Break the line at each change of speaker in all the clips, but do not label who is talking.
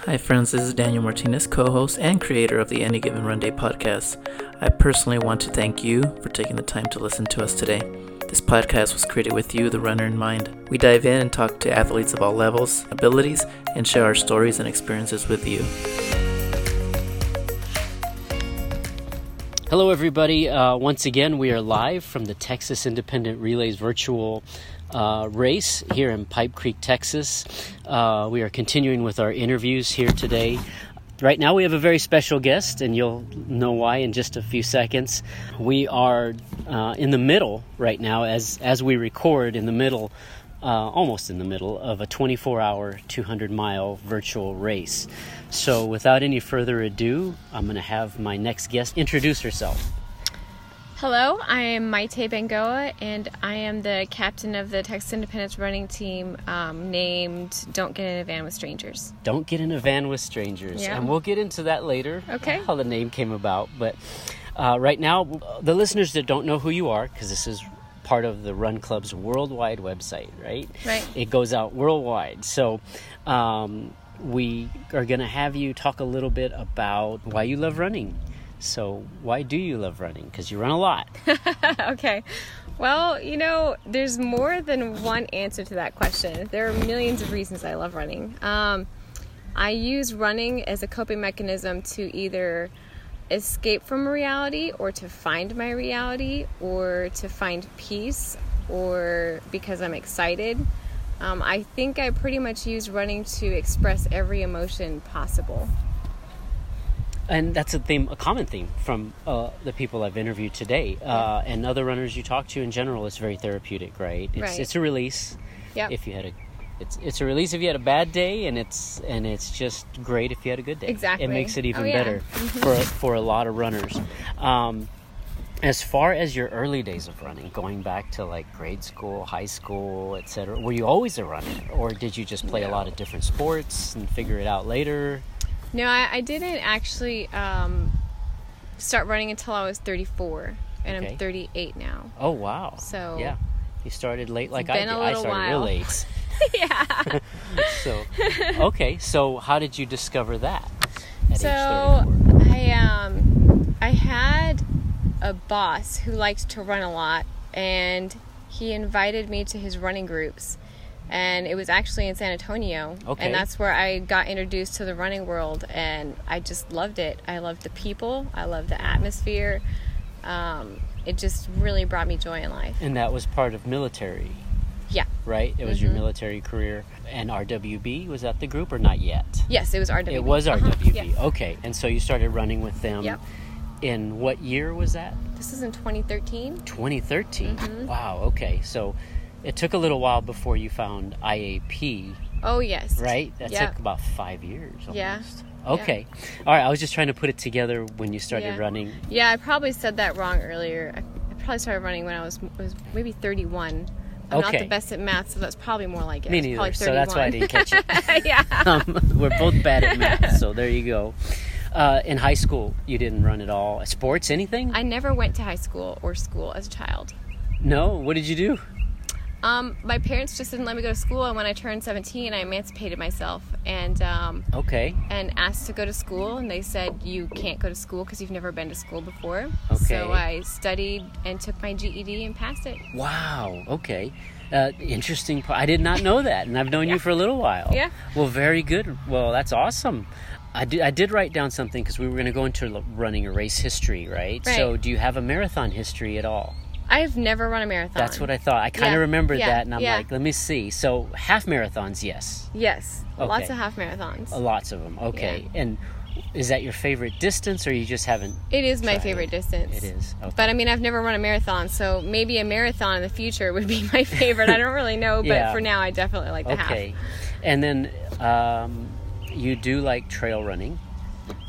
Hi, friends. This is Daniel Martinez, co host and creator of the Any Given Run Day podcast. I personally want to thank you for taking the time to listen to us today. This podcast was created with you, the runner, in mind. We dive in and talk to athletes of all levels, abilities, and share our stories and experiences with you.
Hello, everybody. Uh, once again, we are live from the Texas Independent Relays virtual uh, race here in Pipe Creek, Texas. Uh, we are continuing with our interviews here today. Right now, we have a very special guest, and you'll know why in just a few seconds. We are uh, in the middle right now, as as we record, in the middle uh, almost in the middle of a 24 hour, 200 mile virtual race. So, without any further ado, I'm going to have my next guest introduce herself.
Hello, I am Maite Bengoa, and I am the captain of the Texas Independence running team um, named Don't Get in a Van with Strangers.
Don't get in a van with strangers.
Yeah.
And we'll get into that later.
Okay.
How the name came about. But uh, right now, the listeners that don't know who you are, because this is part of the Run Club's worldwide website, right?
Right.
It goes out worldwide. So um, we are going to have you talk a little bit about why you love running. So, why do you love running? Because you run a lot.
okay. Well, you know, there's more than one answer to that question. There are millions of reasons I love running. Um, I use running as a coping mechanism to either escape from reality or to find my reality or to find peace or because I'm excited. Um, I think I pretty much use running to express every emotion possible.
and that's a theme, a common theme from uh, the people I've interviewed today, uh, and other runners you talk to in general. It's very therapeutic, right? It's,
Right.
it's a release.
Yep.
If you had a, it's it's a release if you had a bad day, and it's and it's just great if you had a good day.
Exactly.
It makes it even
Oh, yeah.
better for for a lot of runners. Um, as far as your early days of running, going back to like grade school, high school, etc., were you always a runner, or did you just play a lot of different sports and figure it out later?
No, I, I didn't actually um, start running until I was 34, and
Okay.
I'm 38 now.
Oh wow!
So-
yeah, you started late like I
been
did.
a
I
little
started real
while.
late.
yeah.
So okay, so how did you discover that? At
So
age 34?
I um, I had a boss who liked to run a lot, and he invited me to his running groups, and it was actually in San Antonio,
Okay.
and that's where I got introduced to the running world, and I just loved it. I loved the people, I loved the atmosphere. Um, it just really brought me joy in life.
and that was part of military,
Yeah.
right? It was
Mm-hmm.
your military career, and RWB was that the group or not yet?
Yes, it was RWB.
It was
Uh-huh,
RWB.
yeah.
Okay, and so you started running with them.
Yep.
In what year was that?
This is in 2013.
2013.
Mm-hmm.
Wow. Okay, so it took a little while before you found IAP.
Oh yes.
right? That
Yeah.
took about five years almost.
Yeah.
Okay. All right. I was just trying to put it together when you started
Yeah.
running.
Yeah, I probably said that wrong earlier. I, I probably started running when I was was maybe 31. I'm not
Okay.
the best at math, so that's probably more like it.
Me
It's
neither.
probably
so that's why I
31.
didn't catch it.
yeah.
Um, we're both bad at math. So there you go. Uh, in high school, you didn't run at all. Sports, anything?
I never went to high school or school as a child.
no. What did you do?
Um, my parents just didn't let me go to school, and when I turned 17, I emancipated myself and um,
Okay.
and asked to go to school, and they said you can't go to school because you've never been to school before.
Okay.
So I studied and took my GED and passed it.
Wow. Okay. Uh, interesting. po- I did not know that, and I've known you for a little while.
Yeah.
Well, very good. Well, that's awesome. I did, I did write down something because we were going to go into l- running a race history, right?
Right.
So, do you have a marathon history at all?
I've never run a marathon.
That's what I thought. I kind of
Yeah.
remembered
Yeah.
that, and I'm
Yeah.
like, let me see. So, half marathons, yes,
Yes,
Okay.
lots of half marathons.
Uh, lots of them. Okay. And is that your favorite distance, or you just haven't?
It is my
tried?
favorite distance.
It is. Okay.
But I mean, I've never run a marathon, so maybe a marathon in the future would be my favorite. I don't really know, but
Yeah.
for now, I definitely like the
okay. And then um, you do like trail running?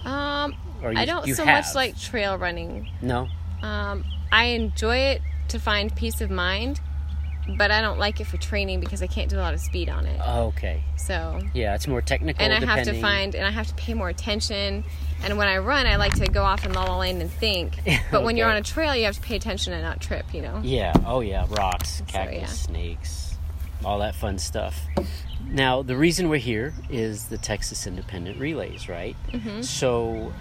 half. Um,
Or
I
you-
don't
you
so
have.
much like trail running.
No.
Um, I enjoy it to find peace of mind, but I don't like it for training because I can't do a lot of speed on
Uh,
it.
Okay.
So,
Yeah, it's more technical.
and I have to
depending-
find and I have to pay more attention. And when I run, I like to go off in la la land and think. But when you're
Okay.
on a trail, you have to pay attention and not trip. You know.
Yeah. Oh yeah. Rocks,
yeah.
cactus, snakes, all that fun stuff. Now, the reason we're here is the Texas Independent Relays, right?
Mm-hmm.
So,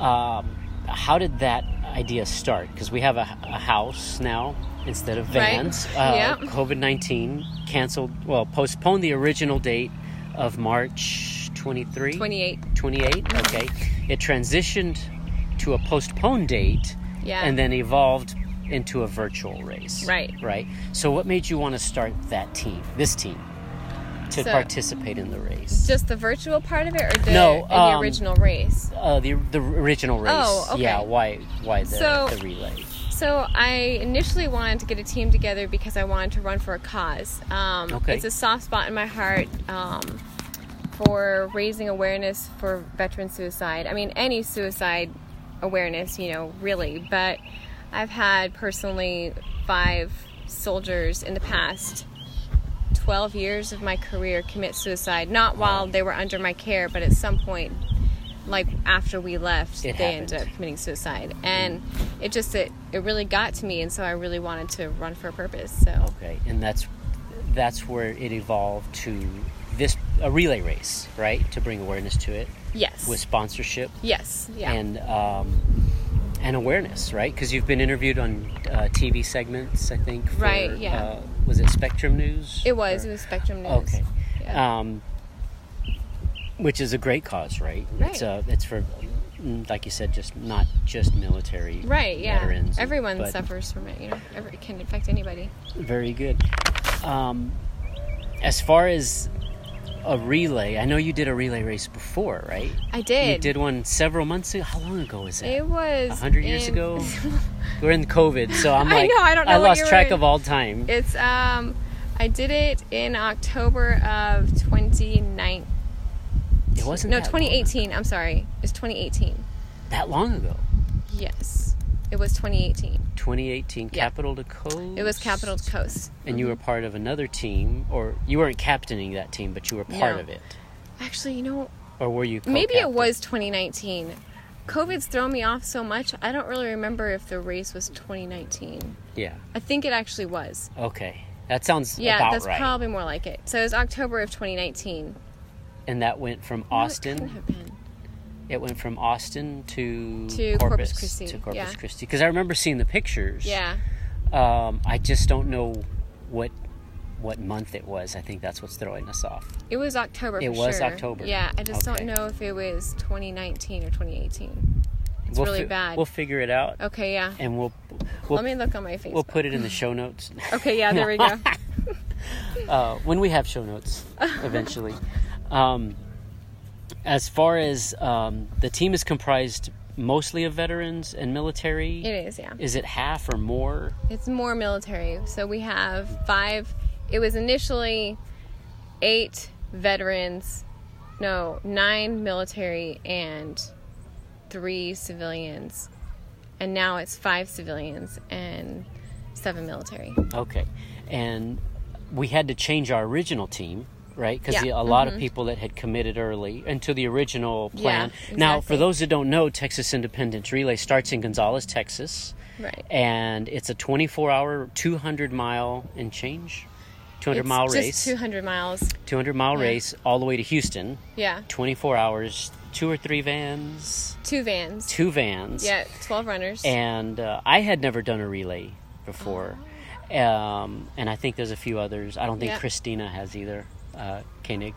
um, how did that idea start? Because we have a, a house now instead of
Right.
vans. Uh,
Yep.
COVID 19 canceled, well, postponed the original date of March 23.
28.
28
Mm-hmm.
okay it transitioned to a postponed date
Yeah.
and then evolved into a virtual race
Right.
right so what made you want to start that team this team to
So-
participate in the race
Just the virtual part of it, or the,
No,
in
um,
the original race?
uh, the, the original race
Oh, okay.
yeah why why the,
So-
the relay
So I initially wanted to get a team together because I wanted to run for a cause. Um,
Okay.
It's a soft spot in my heart um, for raising awareness for veteran suicide. I mean, any suicide awareness, you know, really. But I've had personally five soldiers in the past 12 years of my career commit suicide. Not while they were under my care, but at some point, like after we left,
It
they
happened.
ended up committing suicide. And it just, it, it really got to me. And so I really wanted to run for a purpose. So,
okay and that's that's where it evolved to this a relay race right to bring awareness to it
yes.
with sponsorship
yes. Yeah.
and um, and awareness, right? Because you've been interviewed on uh, TV segments, I think. For,
Right, yeah.
Uh, was it Spectrum News?
it was.
Or-
It was Spectrum News.
Okay.
Yeah.
Um, which is a great cause, right? It's
Right.
uh, it's for, mm, like you said, just not just military
right. Yeah.
veterans.
Everyone
but-
suffers from it. You know, every, it can affect anybody.
Very good. Um, as far as a relay, I know you did a relay race before, right?
I did.
You did one several months ago. How long ago was that?
It was.
100 years
in-
ago? We're in COVID, so I'm
I
like,
know, I don't know what
lost
you were
track
in.
of all time.
It's um, I did it in October of 2019.
It wasn't
no
that
2018. I'm sorry, it's 2018.
long- that long ago.
Yes, it was 2018.
2018,
Yeah.
Capital to Coast.
It was Capital to Coast.
And you were part of another team, or you weren't captaining that team, but you were part
No.
of it,
Actually, you know,
or were you?
maybe it
co-captain?
was 2019. COVID's thrown me off so much. I don't really remember if the race was 2019.
Yeah.
I think it actually was.
Okay, that sounds
Yeah,
about
that's
right.
probably more like it. So it was October of 2019.
and that went from
No, it couldn't
Austin.
have been.
It went from Austin to,
To Corpus Christi,
To Corpus
yeah.
Christi, because I remember seeing the pictures.
Yeah.
Um, I just don't know what what month it was. I think that's what's throwing us off.
It was October.
It
for
was
sure.
October.
Yeah, I just
Okay.
don't know if it was 2019 or 2018. It's really
fi-
bad.
We'll figure it out,
okay, yeah.
and we'll we'll,
Let me look on my Facebook.
we'll put it in the show notes
okay, yeah, there we go.
uh, when we have show notes eventually. um, as far as um, the team is comprised mostly of veterans and military,
it is, yeah.
is it half or more?
It's more military. So we have five. It was initially eight veterans, no, nine military and three civilians, and now it's five civilians and seven military.
Okay, and we had to change our original team, right? Because
Yeah. mm-hmm.
a lot of people that had committed early into the original plan.
Yeah,
Now, for
exactly.
those that don't know, Texas Independence Relay starts in Gonzales, Texas,
Right.
and it's a 24-hour, 200-mile and change, 200-mile
It's
race,
Just 200 miles.
200-mile
yeah.
race all the way to Houston.
Yeah.
24 hours, two or three vans,
Two vans.
two vans.
Yeah, 12 runners.
and uh, I had never done a relay before, um, and I think there's a few others. I don't think
Yeah.
Christina has either. Uh, Koenig,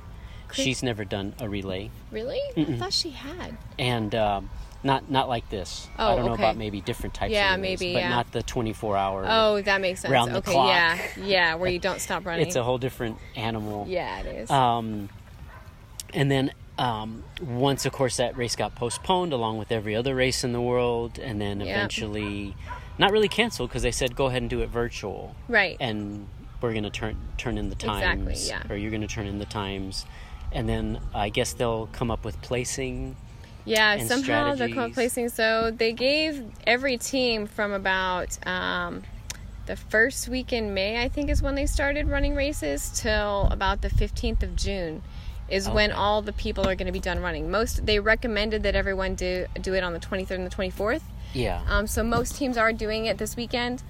she's never done a relay,
really? I thought she had.
and um, not not like this. I
Oh,
don't know
okay.
about maybe different types.
Yeah,
of relays,
maybe,
but
yeah.
not the 24 hour.
Oh, that makes sense.
Round the
okay,
clock.
yeah. Yeah, where you don't stop running.
it's a whole different animal.
yeah, it is.
Um, and then um, once, of course, that race got postponed along with every other race in the world, and then eventually, not really canceled because they said go ahead and do it virtual,
Right.
And we're gonna turn turn in the times,
Exactly, yeah.
or you're gonna turn in the times, and then I guess they'll come up with placing.
yeah,
and
somehow the
strategies.
co placing. So they gave every team from about um, the first week in May, I think, is when they started running races, till about the 15th of June. Is when
Oh, Okay.
all the people are going to be done running. Most they recommended that everyone do do it on the Um, 23rd and the 24th.
Yeah,
Um, so most teams are doing it this weekend,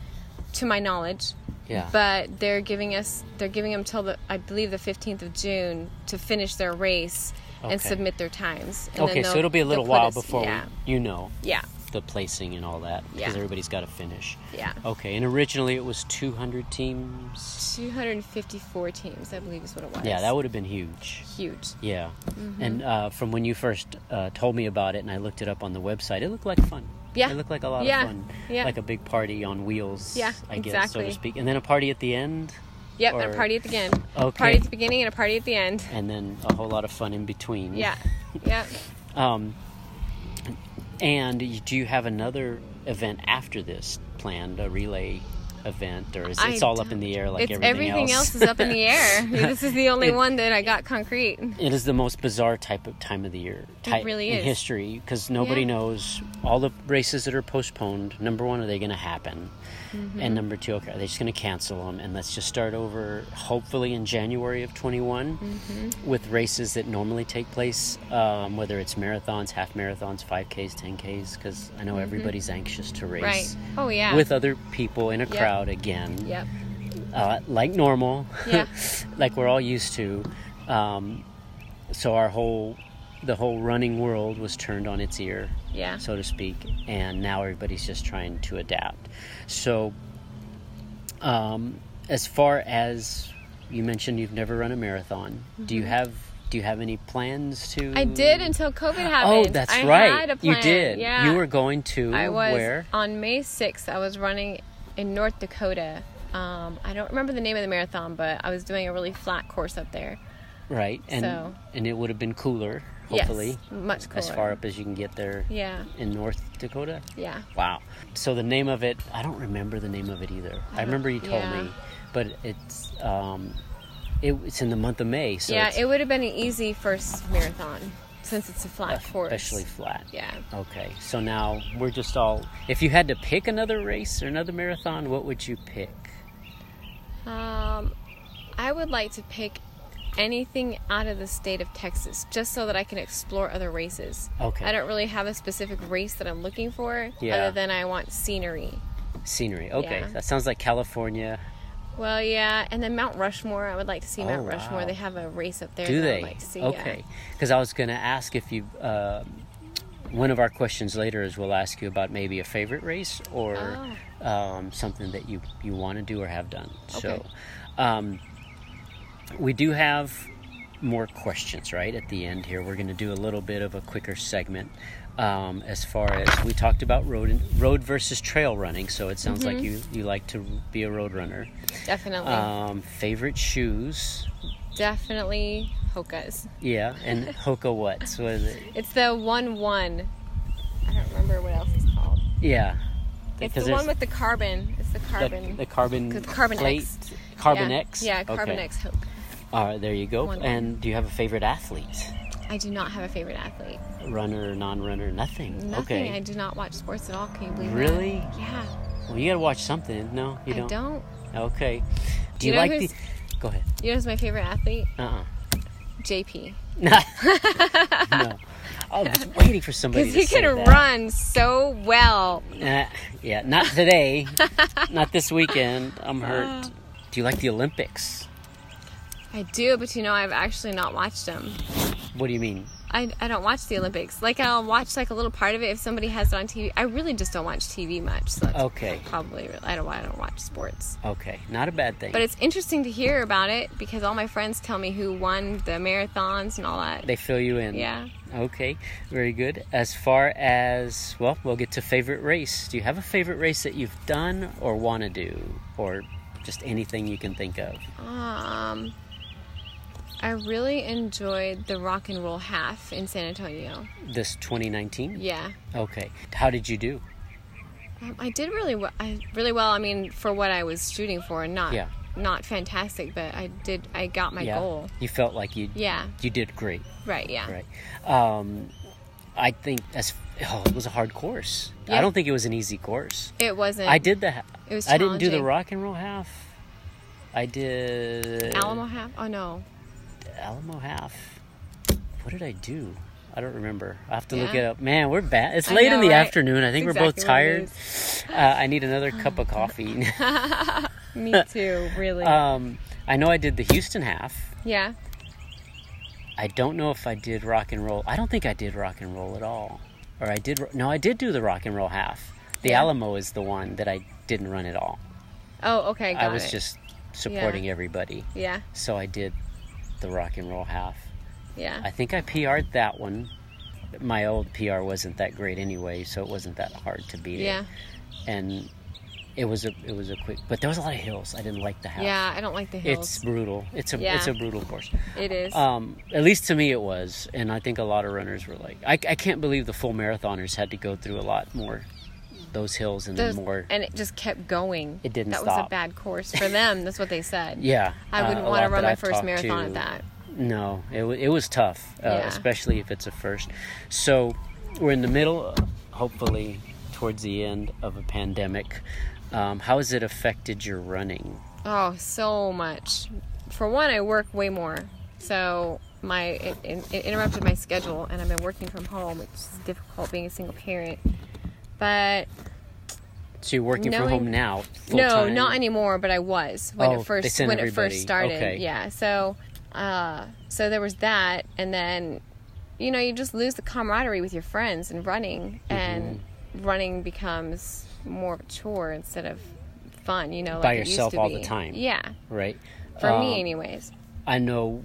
to my knowledge.
Yeah.
but they're giving us they're giving them till the I believe the 15th of June to finish their race and
Okay.
submit their times. And then
okay, so
they'll-
it'll be a little
they'll put
while
us-
before
Yeah,
we, you know
yeah,
the placing and all that because
Yeah.
everybody's got to finish.
yeah.
Okay, and originally it was 200 teams.
254 teams, I believe, is what it was.
Yeah, that would have been huge.
huge.
Yeah,
Mm-hmm.
and uh, from when you first uh, told me about it and I looked it up on the website, it looked like fun.
Yeah.
it looked like a lot
Yeah.
of fun.
Yeah.
like a big party on wheels.
Yeah,
I guess so to
exactly.
speak, and then a party at the end,
Yep, and
Or-
a party at the end.
Okay.
Party at the beginning and a party at the end.
and then a whole lot of fun in between.
Yeah, yeah.
Um, and y- do you have another event after this planned, a relay event, or is
I
it's all up in
don't-
the air like
it's
everything, else?
is up in the air. this is the only
It-
one that I got concrete.
it is the most bizarre type of time of the year. Type
really
in
is.
history because nobody
Yeah.
knows all the races that are postponed. Number one, are they going to happen?
Mm-hmm.
And number two, okay, are they just going to cancel them and let's just start over? Hopefully in January of 21
Mm-hmm.
with races that normally take place, um, whether it's marathons, half marathons, 5Ks, 10Ks, because I know everybody's anxious to race
Mm-hmm. Right. Oh, yeah.
with other people in a
Yep.
crowd again,
Yep.
uh, like normal
Yeah.
like we're all used to. Um, so our whole, the whole running world was turned on its ear,
Yeah.
so to speak, and now everybody's just trying to adapt. So, um, as far as you mentioned, you've never run a marathon. Do you have? Do you have any plans to?
Mm-hmm. I did until COVID happened.
Oh, that's
I
right.
Had a
You
plan.
did.
Yeah.
You were going to
I was
where?
on May 6th. I was running in North Dakota. Um, I don't remember the name of the marathon, but I was doing a really flat course up there.
Right, and
So-
and it would have been cooler, hopefully,
yes, much cooler.
as far up as you can get there
Yeah,
in North Dakota.
yeah,
Wow. So the name of it, I don't remember the name of it either. I, remember you told
yeah.
me, but it's um, it, it's in the month of May, so
yeah.
it's
It would have been an easy first marathon since it's a flat course.
especially flat.
Yeah.
Okay. So now we're just all. If you had to pick another race or another marathon, what would you pick?
Um, I would like to pick anything out of the state of Texas, just so that I can explore other races.
Okay.
I don't really have a specific race that I'm looking for,
Yeah.
other than I want scenery.
Scenery. Okay.
Yeah.
That sounds like California.
Well, yeah, and then Mount Rushmore. I would like to see Mount
Oh, wow.
Rushmore. They have a race up there.
Do
that
they?
I'd like to see, yeah.
okay. Because I was going to ask if you. Uh, one of our questions later is we'll ask you about maybe a favorite race or um, something that you, you want to do or have done.
Ah. Okay.
So um, we do have more questions, right? At the end here, we're going to do a little bit of a quicker segment. Um, as far as we talked about road and, road versus trail running, so it sounds like
Mm-hmm.
you, you like to be a road runner.
Definitely,
Um, favorite shoes,
definitely Hoka's.
Yeah, and Hoka what? So is it?
It's the one one. I don't remember what else it's called.
Yeah.
It's
Because
the one
there's
with the carbon. It's the
the,
carbon.
the carbon
the carbon
plate.
X.
Carbon
yeah.
X?
Yeah, carbon
Okay.
X Hoka.
All right, there you go.
One.
And do you have a favorite athlete?
I do not have a favorite athlete.
Runner, non-runner, nothing.
Nothing.
okay.
I do not watch sports at all. Can you believe
Really?
that? Yeah.
Well, you gotta watch something. No, you
I
don't.
don't.
Okay. Do
You
you,
know
like
who's-
the? Go ahead.
You know who's my favorite athlete?
Uh.
JP.
uh no. I was waiting for somebody.
Because
to
he
say
can
that.
run so well.
Uh, yeah, not today. not this weekend. I'm hurt.
Uh.
Do you like the Olympics?
I do, but you know, I've actually not watched them.
What do you mean?
I, I don't watch the Olympics. Like I'll watch like a little part of it if somebody has it on TV. I really just don't watch TV much. So that's
Okay.
Probably I don't I don't watch sports.
Okay, not a bad thing.
But it's interesting to hear about it because all my friends tell me who won the marathons and all that.
They fill you in.
Yeah.
Okay. Very good. As far as well, we'll get to favorite race. Do you have a favorite race that you've done or want to do, or just anything you can think of?
Um, I really enjoyed the rock and roll half in San Antonio.
This 2019.
Yeah,
Okay. How did you do?
um, I did really well. I really well. I mean, for what I was shooting for, not
Yeah.
not fantastic, but I did. I got my goal.
You felt like you.
Yeah.
You did great.
Right. Yeah.
Right. Um, I think as oh, it was a hard course. I
Yeah.
don't think it was an easy course.
It wasn't.
I did the. ha-
It was
I didn't do the
challenging.
rock and roll half. I did
Alamo half. Oh no.
Alamo half. What did I do? I don't remember. I have to look
Yeah.
it up. Man, we're bad. It's
I
late in
know,
the
right?
afternoon. I think
That's
we're both
exactly what it
tired. Uh, I need another cup of coffee.
Me too, really.
Um, I know I did the Houston half.
yeah.
I don't know if I did rock and roll. I don't think I did rock and roll at all. Or I did. ro- No, I did do the rock and roll half. The Alamo is the one that I didn't run at all.
Oh, okay. Got
I was
it.
just supporting everybody.
Yeah.
So I did the rock and roll half.
Yeah.
I think I PR'd that one. My old PR wasn't that great anyway, so it wasn't that hard to beat
yeah.
it. And it was a it was a quick, but there was a lot of hills. I didn't like the half.
Yeah. I don't like the
It's
hills.
brutal. It's a
Yeah.
it's a brutal course.
It is.
Um, at least to me it was, and I think a lot of runners were like, I, I can't believe the full marathoners had to go through a lot more those hills and
There's-
then more.
and it just kept going.
It didn't
That was a
stop.
bad course for them. That's what they said.
yeah,
I
uh,
wouldn't
a
want to
lot
run
that
my
I've
first
talked
marathon
to-
at that.
No, it, wa- it was tough, uh,
Yeah.
especially if it's a first. So we're in the middle, hopefully, towards the end of a pandemic. Um, how has it affected your running?
Oh, so much. For one, I work way more, so my it, it, it interrupted my schedule, and I've been working from home, which is difficult being a single parent. But
So you're working from
Knowing-
home now?
no,
full-time?
not anymore. But I was when
Oh,
it
they
first
sent
when it
everybody.
first started.
Okay.
Yeah. So, uh, so there was that, and then, you know, you just lose the camaraderie with your friends and running,
Mm-hmm.
and running becomes more of a chore instead of fun. You know, like
By
it used
yourself
to
all
be.
the time.
Yeah.
Right.
For
Um,
me, anyways.
I know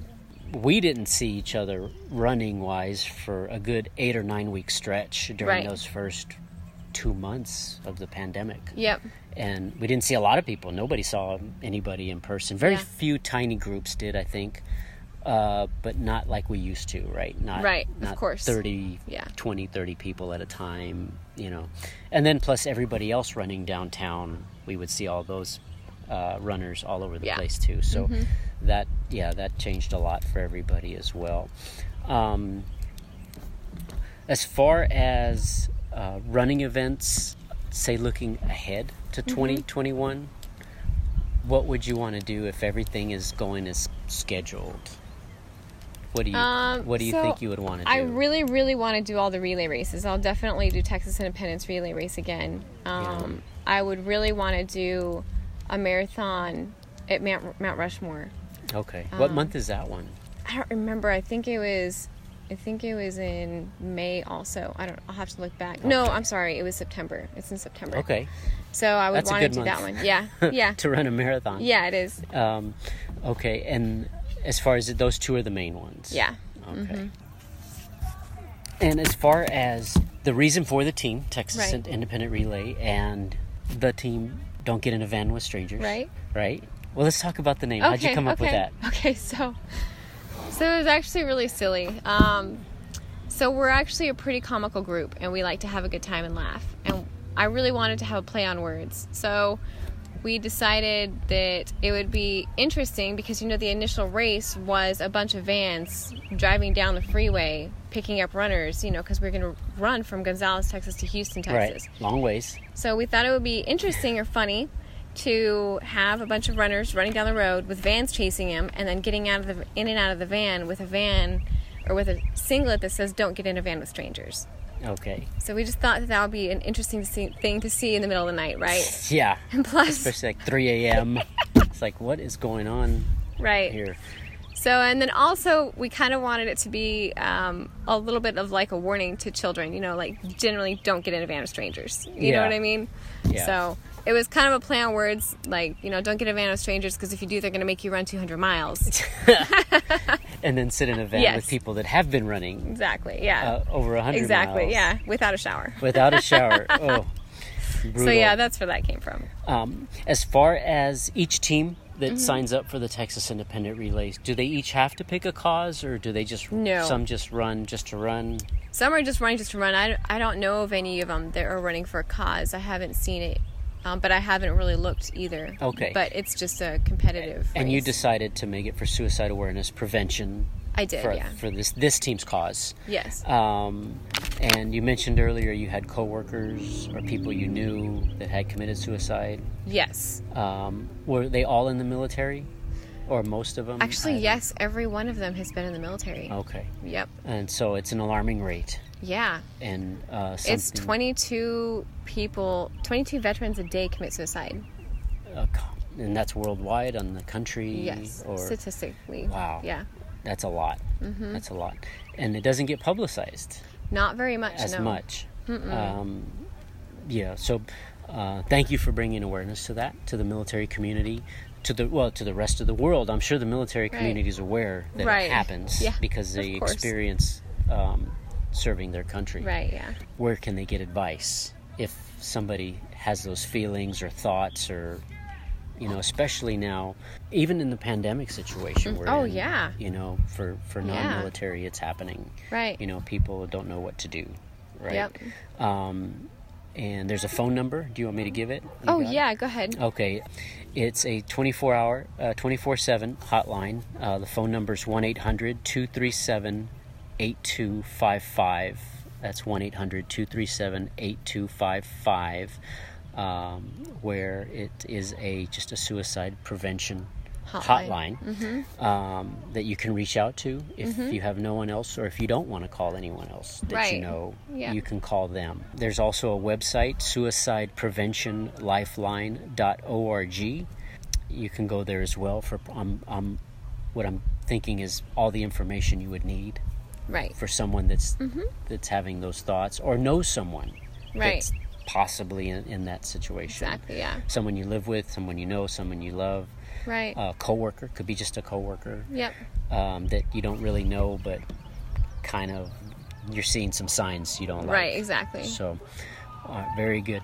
we didn't see each other running wise for a good eight or nine week stretch during
Right.
those first two months of the pandemic.
Yep.
and we didn't see a lot of people. Nobody saw anybody in person. Very
Yeah.
few tiny groups did, I think, uh, but not like we used to, right? Not,
Right, of
not
course.
30,
Yeah.
20, 30 people at a time, you know. And then plus everybody else running downtown, we would see all those uh, runners all over the
Yeah. Mm-hmm.
place too. So that, yeah, that changed a lot for everybody as well. Um, as far as uh, running events, say looking ahead to
Mm-hmm.
2021, what would you want to do if everything is going as scheduled? What do you
Um,
What do you
so
think you would want to do?
I really, really want to do all the relay races. I'll definitely do Texas Independence Relay Race again. Um, I would really want to do a marathon at Mount, Mount Rushmore.
okay. what
Um,
month is that one?
I don't remember. I think it was, I think it was in May. Also, I don't. I'll have to look back. No,
Okay.
I'm sorry. It was September. It's in September.
Okay,
So I would
That's a
want to
good
do that
month.
one. Yeah. Yeah.
to run a marathon.
yeah. It is.
Um, okay, and as far as those two are the main ones.
Yeah. Mm-hmm.
Okay. And as far as the reason for the team, Texas
Right.
Independent Relay, and the team don't get in a van with strangers.
Right.
Right. Well, let's talk about the name. How'd you come up with
okay.
that?
Okay, so so it was actually really silly. Um, so we're actually a pretty comical group, and we like to have a good time and laugh. And I really wanted to have a play on words, so we decided that it would be interesting because you know the initial race was a bunch of vans driving down the freeway picking up runners, you know, because we're going to run from Gonzales, Texas, to Houston, Texas.
Right. Long ways.
So we thought it would be interesting or funny to have a bunch of runners running down the road with vans chasing him and then getting out of the in and out of the van with a van or with a singlet that says don't get in a van with strangers.
Okay.
So we just thought that that would be an interesting to see, thing to see in the middle of the night, right?
Yeah.
And plus,
Especially like 3 a.m. it's like, what is going on
right.
here?
So, and then also, we kind of wanted it to be um, a little bit of like a warning to children, you know, like generally don't get in a van with strangers. You know
Yeah.
what I mean?
Yeah.
So, it was kind of a play on words, like, you know, don't get in a van with strangers because if you do, they're going to make you run 200 miles.
And then sit in a van
Yes.
with people that have been running
exactly, yeah.
uh, over 100
exactly,
miles
yeah. Without a shower.
Without a shower. oh. Brutal.
So, yeah, that's where that came from.
Um, as far as each team that
Mm-hmm.
signs up for the Texas Independent Relays, do they each have to pick a cause, or do they just
No.
some just run just to run?
Some are just running just to run. I, I don't know of any of them that are running for a cause. I haven't seen it, um, but I haven't really looked either.
Okay.
But it's just a competitive.
And you
race.
decided to make it for suicide awareness prevention
I did,
for,
yeah.
for this this team's cause.
Yes.
Um, and you mentioned earlier you had coworkers or people you knew that had committed suicide.
yes.
Um, were they all in the military, or most of them?
Actually,
I-
yes, every one of them has been in the military.
Okay,
Yep.
and so it's an alarming rate,
Yeah.
and uh,
It's
something- Mm,
22 people, 22 veterans a day commit suicide.
Uh, co- and that's worldwide on the country
Yes,
or
statistically.
Wow.
Yeah.
that's a lot.
Mm-hmm.
That's a lot, and it doesn't get publicized
Not very much.
as
no.
much. Um, yeah. So, uh, thank you for bringing awareness to that to the military community, to the well to the rest of the world. I'm sure the military
Right.
community is aware that
Right.
it happens
Yeah,
because
of
they
course.
experience um, serving their country.
Right. Yeah.
Where can they get advice if somebody has those feelings or thoughts or you know, especially now, even in the pandemic situation we're
Oh,
in,
yeah.
you know, for for
Yeah.
non-military, it's happening
Right.
you know people don't know what to do right
Yep.
um, and there's a phone number do you want me to give it You
Oh
got it?
yeah. Go ahead.
okay it's a 24 hour uh, 24-7 hotline uh, the phone number is 1-800-237-8255 that's 1-800-237-8255 um, where it is a just a suicide prevention
Hotline.
hotline, um, that you can reach out to if you have no one else or if you don't want to call anyone else that you
Right.
know
Yeah.
you can call them there's also a website suicidepreventionlifeline.org you can go there as well for um, um, what i'm thinking is all the information you would need
Right.
for someone that's that's having those thoughts or know someone
Mm-hmm. Right.
that's possibly in, in that situation
Exactly. Yeah.
someone you live with someone you know someone you love
Right.
a coworker could be just a coworker
yep.
um, that you don't really know, but kind of you're seeing some signs you don't like.
Right. Exactly.
So, uh, very good.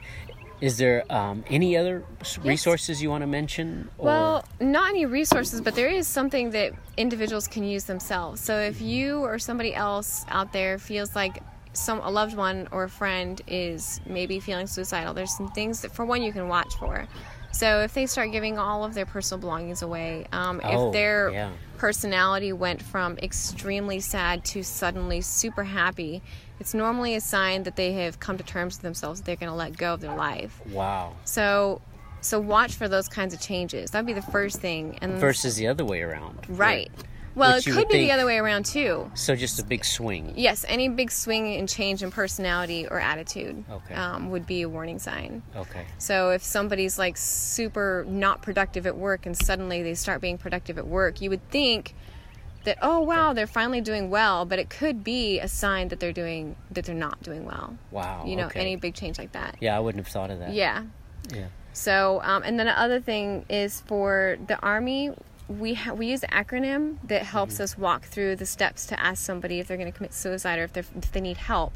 Is there um, any other s resources you want to mention? Or,
Well, not any resources, but there is something that individuals can use themselves. So if you or somebody else out there feels like some a loved one or a friend is maybe feeling suicidal, there's some things that for one you can watch for. So if they start giving all of their personal belongings away, um,
Oh,
if their
yeah.
personality went from extremely sad to suddenly super happy, it's normally a sign that they have come to terms with themselves. that They're going to let go of their life.
wow.
So so watch for those kinds of changes. That'd be the first thing. And
Versus the other way around.
right. Well, it
Which you would
could be
think-
the other way around too.
So just a big swing.
Yes, any big swing and change in personality or attitude
Okay.
um, would be a warning sign.
Okay.
So if somebody's like super not productive at work and suddenly they start being productive at work, you would think that oh wow, they're finally doing well, but it could be a sign that they're doing that they're not doing well.
Wow.
You know,
okay.
any big change like that.
Yeah, I wouldn't have thought of that.
yeah.
Yeah.
So, um, and then the other thing is for the army, we ha- we use an acronym that helps us walk through the steps to ask somebody if they're going to commit suicide or if, they're- if they need help.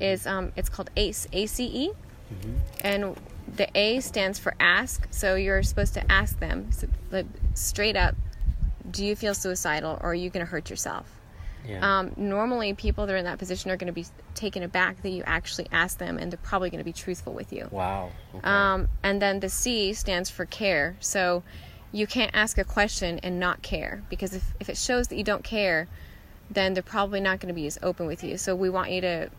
Is um, it's called ACE, ACE, and the A stands for ask. So you're supposed to ask them so, like, straight up, do you feel suicidal or are you going to hurt yourself?
Yeah.
Um, normally, people that are in that position are going to be taken aback that you actually ask them, and they're probably going to be truthful with you.
wow. Okay.
Um, and then the C stands for care. So you can't ask a question and not care because if, if it shows that you don't care, then they're probably not going to be as open with you. So we want you to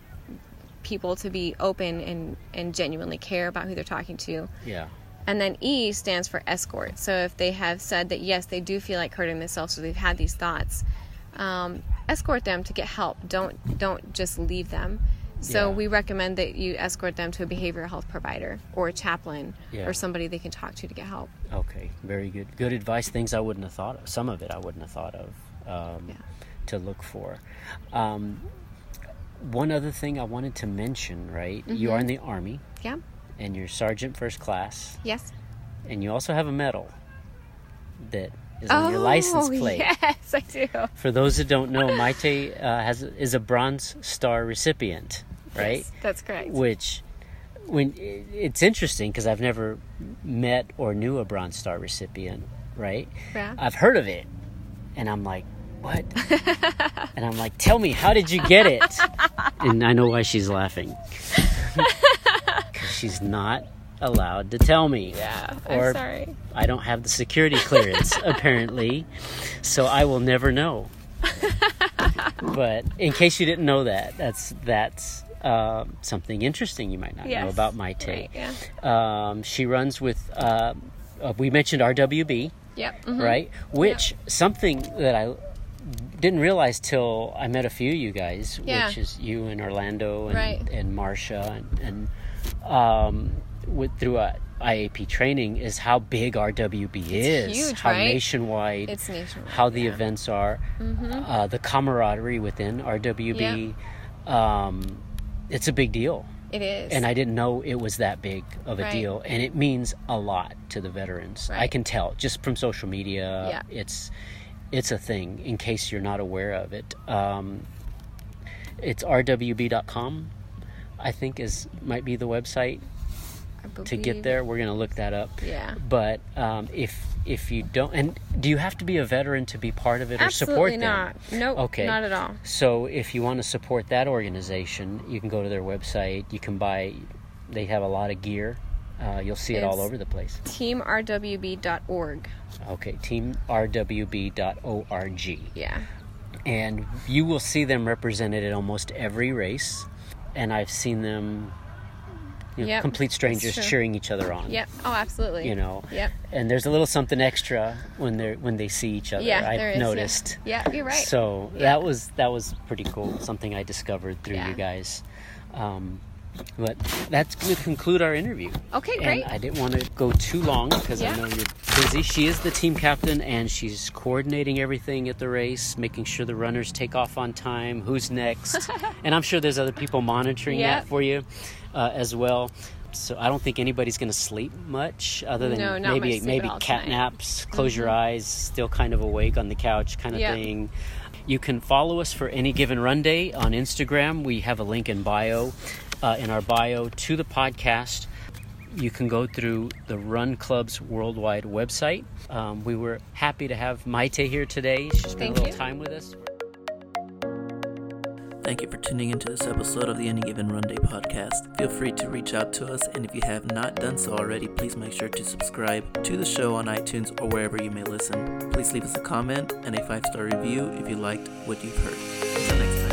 people to be open and, and genuinely care about who they're talking to.
yeah.
And then E stands for escort. So if they have said that yes, they do feel like hurting themselves, so they've had these thoughts, um, escort them to get help. Don't don't just leave them. So
Yeah.
we recommend that you escort them to a behavioral health provider or a chaplain
Yeah.
or somebody they can talk to to get help.
Okay, very good. Good advice. Things I wouldn't have thought of. Some of it I wouldn't have thought of um,
Yeah.
to look for. Um, one other thing I wanted to mention, right? You are in the Army
Yeah.
and you're Sergeant First Class,
Yes.
and you also have a medal that is on your license plate.
Oh, yes, I do.
For those that don't know, Maite uh, has, is a Bronze Star recipient, right?
Yes, that's correct.
which when it- it's interesting because I've never met or knew a Bronze Star recipient, right?
Yeah.
I've heard of it, and I'm like, what? and I'm like, tell me, how did you get it? and I know why she's laughing. 'Cause she's not allowed to tell me.
yeah.
or-
I'm sorry.
I don't have the security clearance, apparently, so I will never know. but in case you didn't know that, that's that's um, something interesting you might not know
Yes.
about my
Right,
take.
yeah.
Um, she runs with. Uh, uh, we mentioned RWB,
Yep. mhm.
right? Which something that I didn't realize till I met a few of you guys,
Yeah.
which is you and Orlando and
Right.
and Marcia and, and um, with, through uh, IAP training is how big RWB is,
It's huge,
how
right?
nationwide,
It's nationwide,
how the
yeah. Mm-hmm.
events are, uh, the camaraderie within RWB. Um, it's a big deal,
It is.
and I didn't know it was that big of a
Right.
deal, and it means a lot to the veterans. I
Right.
can tell just from social media.
Yeah.
It's it's a thing. In case you're not aware of it, um, it's rwb.com. I think is might be the website
I
to
believe-
get there. We're gonna look that up.
Yeah.
But um, if if you don't, and do you have to be a veteran to be part of it
Absolutely
or support
not.
them?
Nope,
Okay.
not at all.
So if you want to support that organization, you can go to their website. You can buy. They have a lot of gear. Uh, you'll see it all
It's-
over the place.
teamrwb.org.
Okay, teamrwb.org.
Yeah.
And you will see them represented at almost every race. And I've seen them, you know,
Yep,
complete
that's
strangers
true.
cheering each other on.
Yep. Oh, absolutely.
you know
Yep.
and there's a little something extra when they're when they see each other
Yeah,
i've
there is, yeah.
noticed
Yeah, you're right.
so that was that was pretty cool something i discovered through
Yeah.
you guys um, but that's going to conclude our interview
Okay,
And
great.
i didn't want to go too long because i
Yeah.
know you're busy she is the team captain and she's coordinating everything at the race making sure the runners take off on time who's next and i'm sure there's other people monitoring
Yep.
that for you uh, as well so I don't think anybody's going to sleep much, other than
No, not
maybe
much sleep
maybe
at all
cat
tonight.
naps, close your eyes, still kind of awake on the couch, kind of
Mm-hmm. Yeah.
thing. You can follow us for any given run day on Instagram. We have a link in bio, uh, in our bio to the podcast. You can go through the Run Club's worldwide website. Um, we were happy to have Maite here today. She spent
Thank
a little
you.
time with us.
Thank you for tuning into this episode of the Any Given Run Day podcast. Feel free to reach out to us, and if you have not done so already, please make sure to subscribe to the show on iTunes or wherever you may listen. Please leave us a comment and a five star review if you liked what you've heard. Until next time.